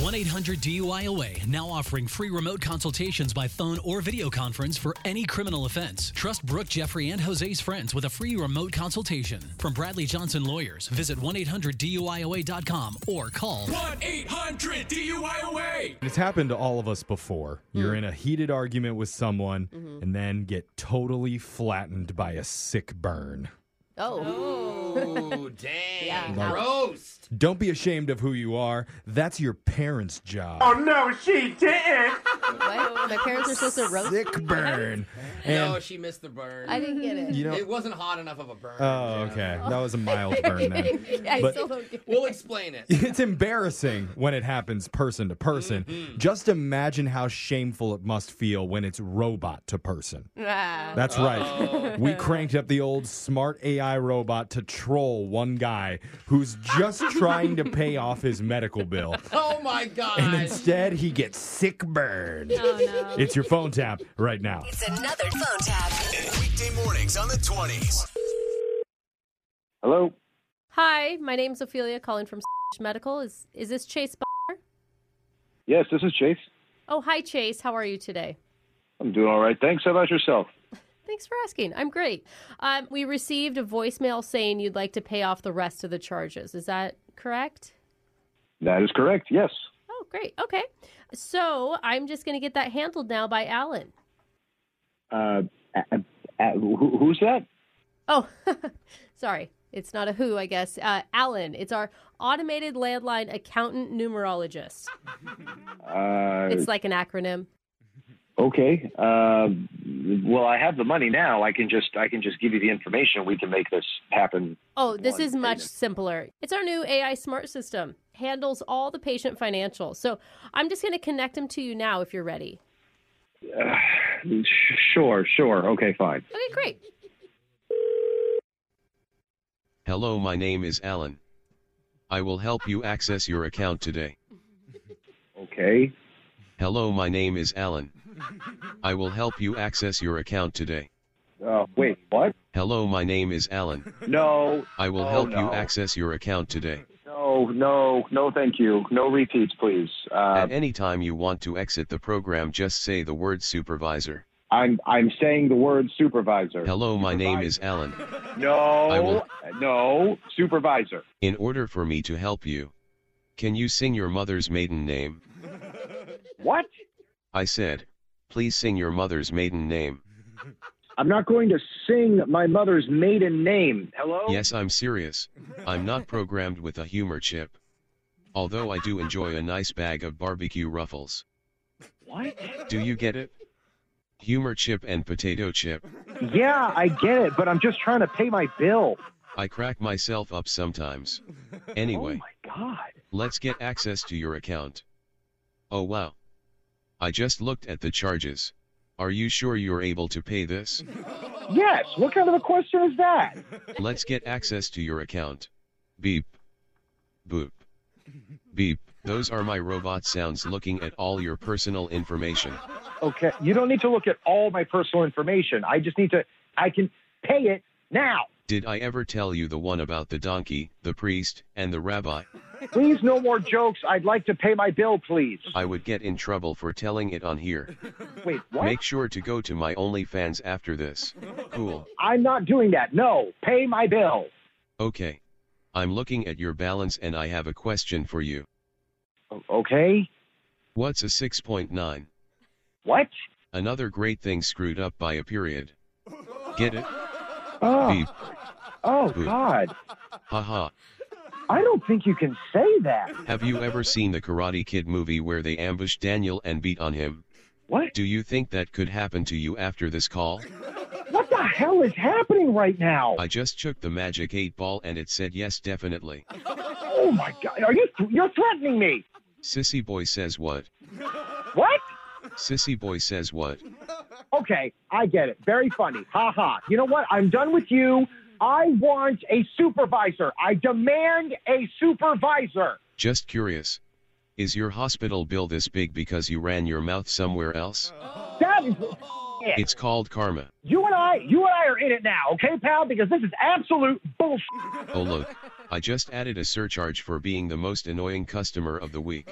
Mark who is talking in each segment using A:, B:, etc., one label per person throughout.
A: 1 800 DUIOA now offering free remote consultations by phone or video conference for any criminal offense. Trust Brooke, Jeffrey, and Jose's friends with a free remote consultation. From Bradley Johnson Lawyers, visit 1 800 DUIOA.com or call
B: 1 800 DUIOA.
C: It's happened to all of us before. You're in a heated argument with someone and then get totally flattened by a sick burn.
D: Oh.
E: Oh, dang.
D: Yeah.
C: Like-
E: Roast.
C: Don't be ashamed of who you are. That's your parents' job.
D: What? My parents are supposed to roast.
C: sick burn.
E: No,
C: And
E: Oh, she missed the burn.
D: I didn't get it.
C: you know
E: It wasn't hot enough of a burn.
C: Oh,
E: Jeff.
C: okay. That was a mild burn then.
D: I
C: But-
D: still don't get it.
E: We'll explain it.
C: It's embarrassing when it happens person to person. Just imagine how shameful it must feel when it's robot to person.
D: Ah.
C: That's right. We cranked up the old smart AI robot to troll one guy who's just trying to pay off his medical bill.
E: Oh my god.
C: And instead, he gets sick burned. It's your phone tap right now.
F: It's another phone tap.
G: Weekday mornings on the 20s.
H: Hello.
D: Hi, my name's Ophelia, calling from Medical. Is is this Chase? Butler?
H: Yes, this is Chase.
D: Oh, hi, Chase. How are you today?
H: I'm doing all right. Thanks. How about yourself?
D: Thanks for asking. I'm great. Um, we received a voicemail saying you'd like to pay off the rest of the charges. Is that correct?
H: That is correct. Yes.
D: Oh, great. Okay. So I'm just going to get that handled now by Alan.
H: Uh, uh, uh, who, who's that?
D: Oh, sorry. It's not a who, I guess. Uh, Alan, it's our automated landline accountant numerologist.
H: Uh,
D: It's like an acronym.
H: okay. Uh, well, I have the money now. I can just I can just give you the information. We can make this happen.
D: Oh, this
H: One
D: is much
H: payment.
D: simpler. It's our new AI smart system. Handles all the patient financials. So I'm just going to connect him to you now if you're ready.
H: Sh- Sure. Sure. Okay. Fine.
D: Okay, great.
I: Hello, my name is Alan. I will help you access your account today.
H: Okay.
I: Hello, my name is Alan. I will help you access your account today.
H: Uh, wait. What?
I: Hello, my name is Alan.
H: No.
I: I will
H: Oh,
I: help you
H: no.
I: access your account today.
H: No. No. No. Thank you. No repeats, please. Uh,
I: At any time you want to exit the program, just say the word supervisor.
H: I'm I'm saying the word supervisor.
I: Hello, my name is Alan.
H: No.
I: I will-
H: No. Supervisor.
I: In order for me to help you, can you sing your mother's maiden name?
H: What?
I: I said, please sing your mother's maiden name.
H: I'm not going to sing my mother's maiden name. Hello?
I: Yes, I'm serious. I'm not programmed with a humor chip. Although I do enjoy a nice bag of barbecue ruffles.
H: What?
I: Do you get it? Humor chip and potato chip.
H: Yeah, I get it, but I'm just trying to pay my bill. Oh,
I: I crack myself up sometimes. Anyway,
H: Oh my god.
I: let's get access to your account. Oh wow. I just looked at the charges. Are you sure you're able to pay this?
H: Yes, what kind of a question is that?
I: Let's get access to your account. Beep. Boop. Beep. Those are my robot sounds looking at all your personal information.
H: Okay, you don't need to look at all my personal information. I just need to I can pay it now.
I: Did I ever tell you the one about the donkey, the priest, and the rabbi?
H: Please no more jokes. I'd like to pay my bill, please.
I: I would get in trouble for telling it on here.
H: Wait, what?
I: Make sure to go to my OnlyFans after this. Cool.
H: I'm not doing that. No, pay my bill.
I: Okay. I'm looking at your balance and I have a question for you.
H: O- Okay?
I: What's a 6.9?
H: What?
I: Another great thing screwed up by a period. Get it?
H: Oh,
I: Beep.
H: oh god.
I: Haha.
H: I don't think you can say that.
I: Have you ever seen the Karate Kid movie where they ambush Daniel and beat on him?
H: What?
I: Do you think that could happen to you after this call?
H: What the hell is happening right now?
I: I just took the magic 8 ball and it said yes definitely.
H: Oh my god, are you you're threatening me?
I: Sissy boy says what?
H: What?
I: Sissy boy says what?
H: Okay, I get it. Very funny. Ha ha. You know what? I'm done with you. I want a supervisor. I demand a supervisor.
I: Just curious. Is your hospital bill this big because you ran your mouth somewhere else?
H: That is it.
I: It's called karma.
H: You and I, you and I are in it now, okay, pal? Because this is absolute bullshit.
I: Oh look. I just added a surcharge for being the most annoying customer of the week.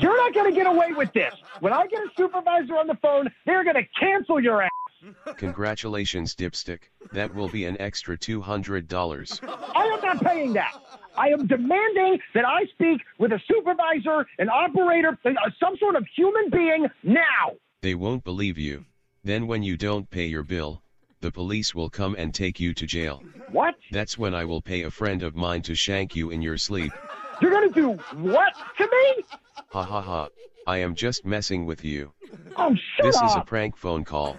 H: You're not going to get away with this. When I get a supervisor on the phone, they're going to cancel your ass.
I: Congratulations, Dipstick. That will be an extra $200.
H: I am not paying that. I am demanding that I speak with a supervisor, an operator, uh, some sort of human being now.
I: They won't believe you. Then, when you don't pay your bill, the police will come and take you to jail.
H: What?
I: That's when I will pay a friend of mine to shank you in your sleep.
H: You're going to do what to me?
I: Ha ha ha. I am just messing with you.
H: Oh, shut
I: This
H: up.
I: is a prank phone call.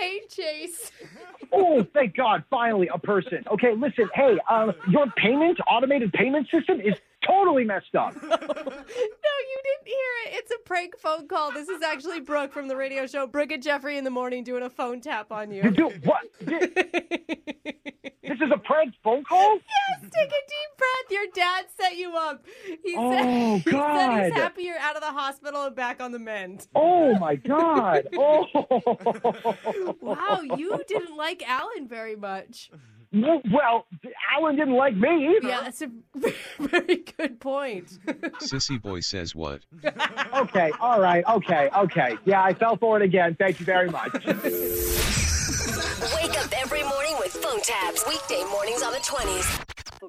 D: Hey, Chase.
H: Oh, thank God, finally a person. Okay, listen, hey, uh, your payment, automated payment system is totally messed up.
D: No, you didn't hear it. It's a prank phone call. This is actually Brooke from the radio show Brooke and Jeffrey in the morning doing a phone tap on you.
H: You do what? Thi- This is a prank phone call?
D: Yes, take a deep breath. Your dad set you up. He
H: Oh,
D: said, he said
H: God.
D: he's happy you're out of the hospital and back on the mend.
H: Oh my God. Oh,
D: Wow, you didn't like Alan very much.
H: well, Alan didn't like me either.
D: Yeah, that's a very good point.
I: Sissy boy says what?
H: Okay, all right, okay, okay. Yeah, I fell for it again. Thank you very much.
F: Wake up every morning with phone tabs. Weekday mornings on the 20s.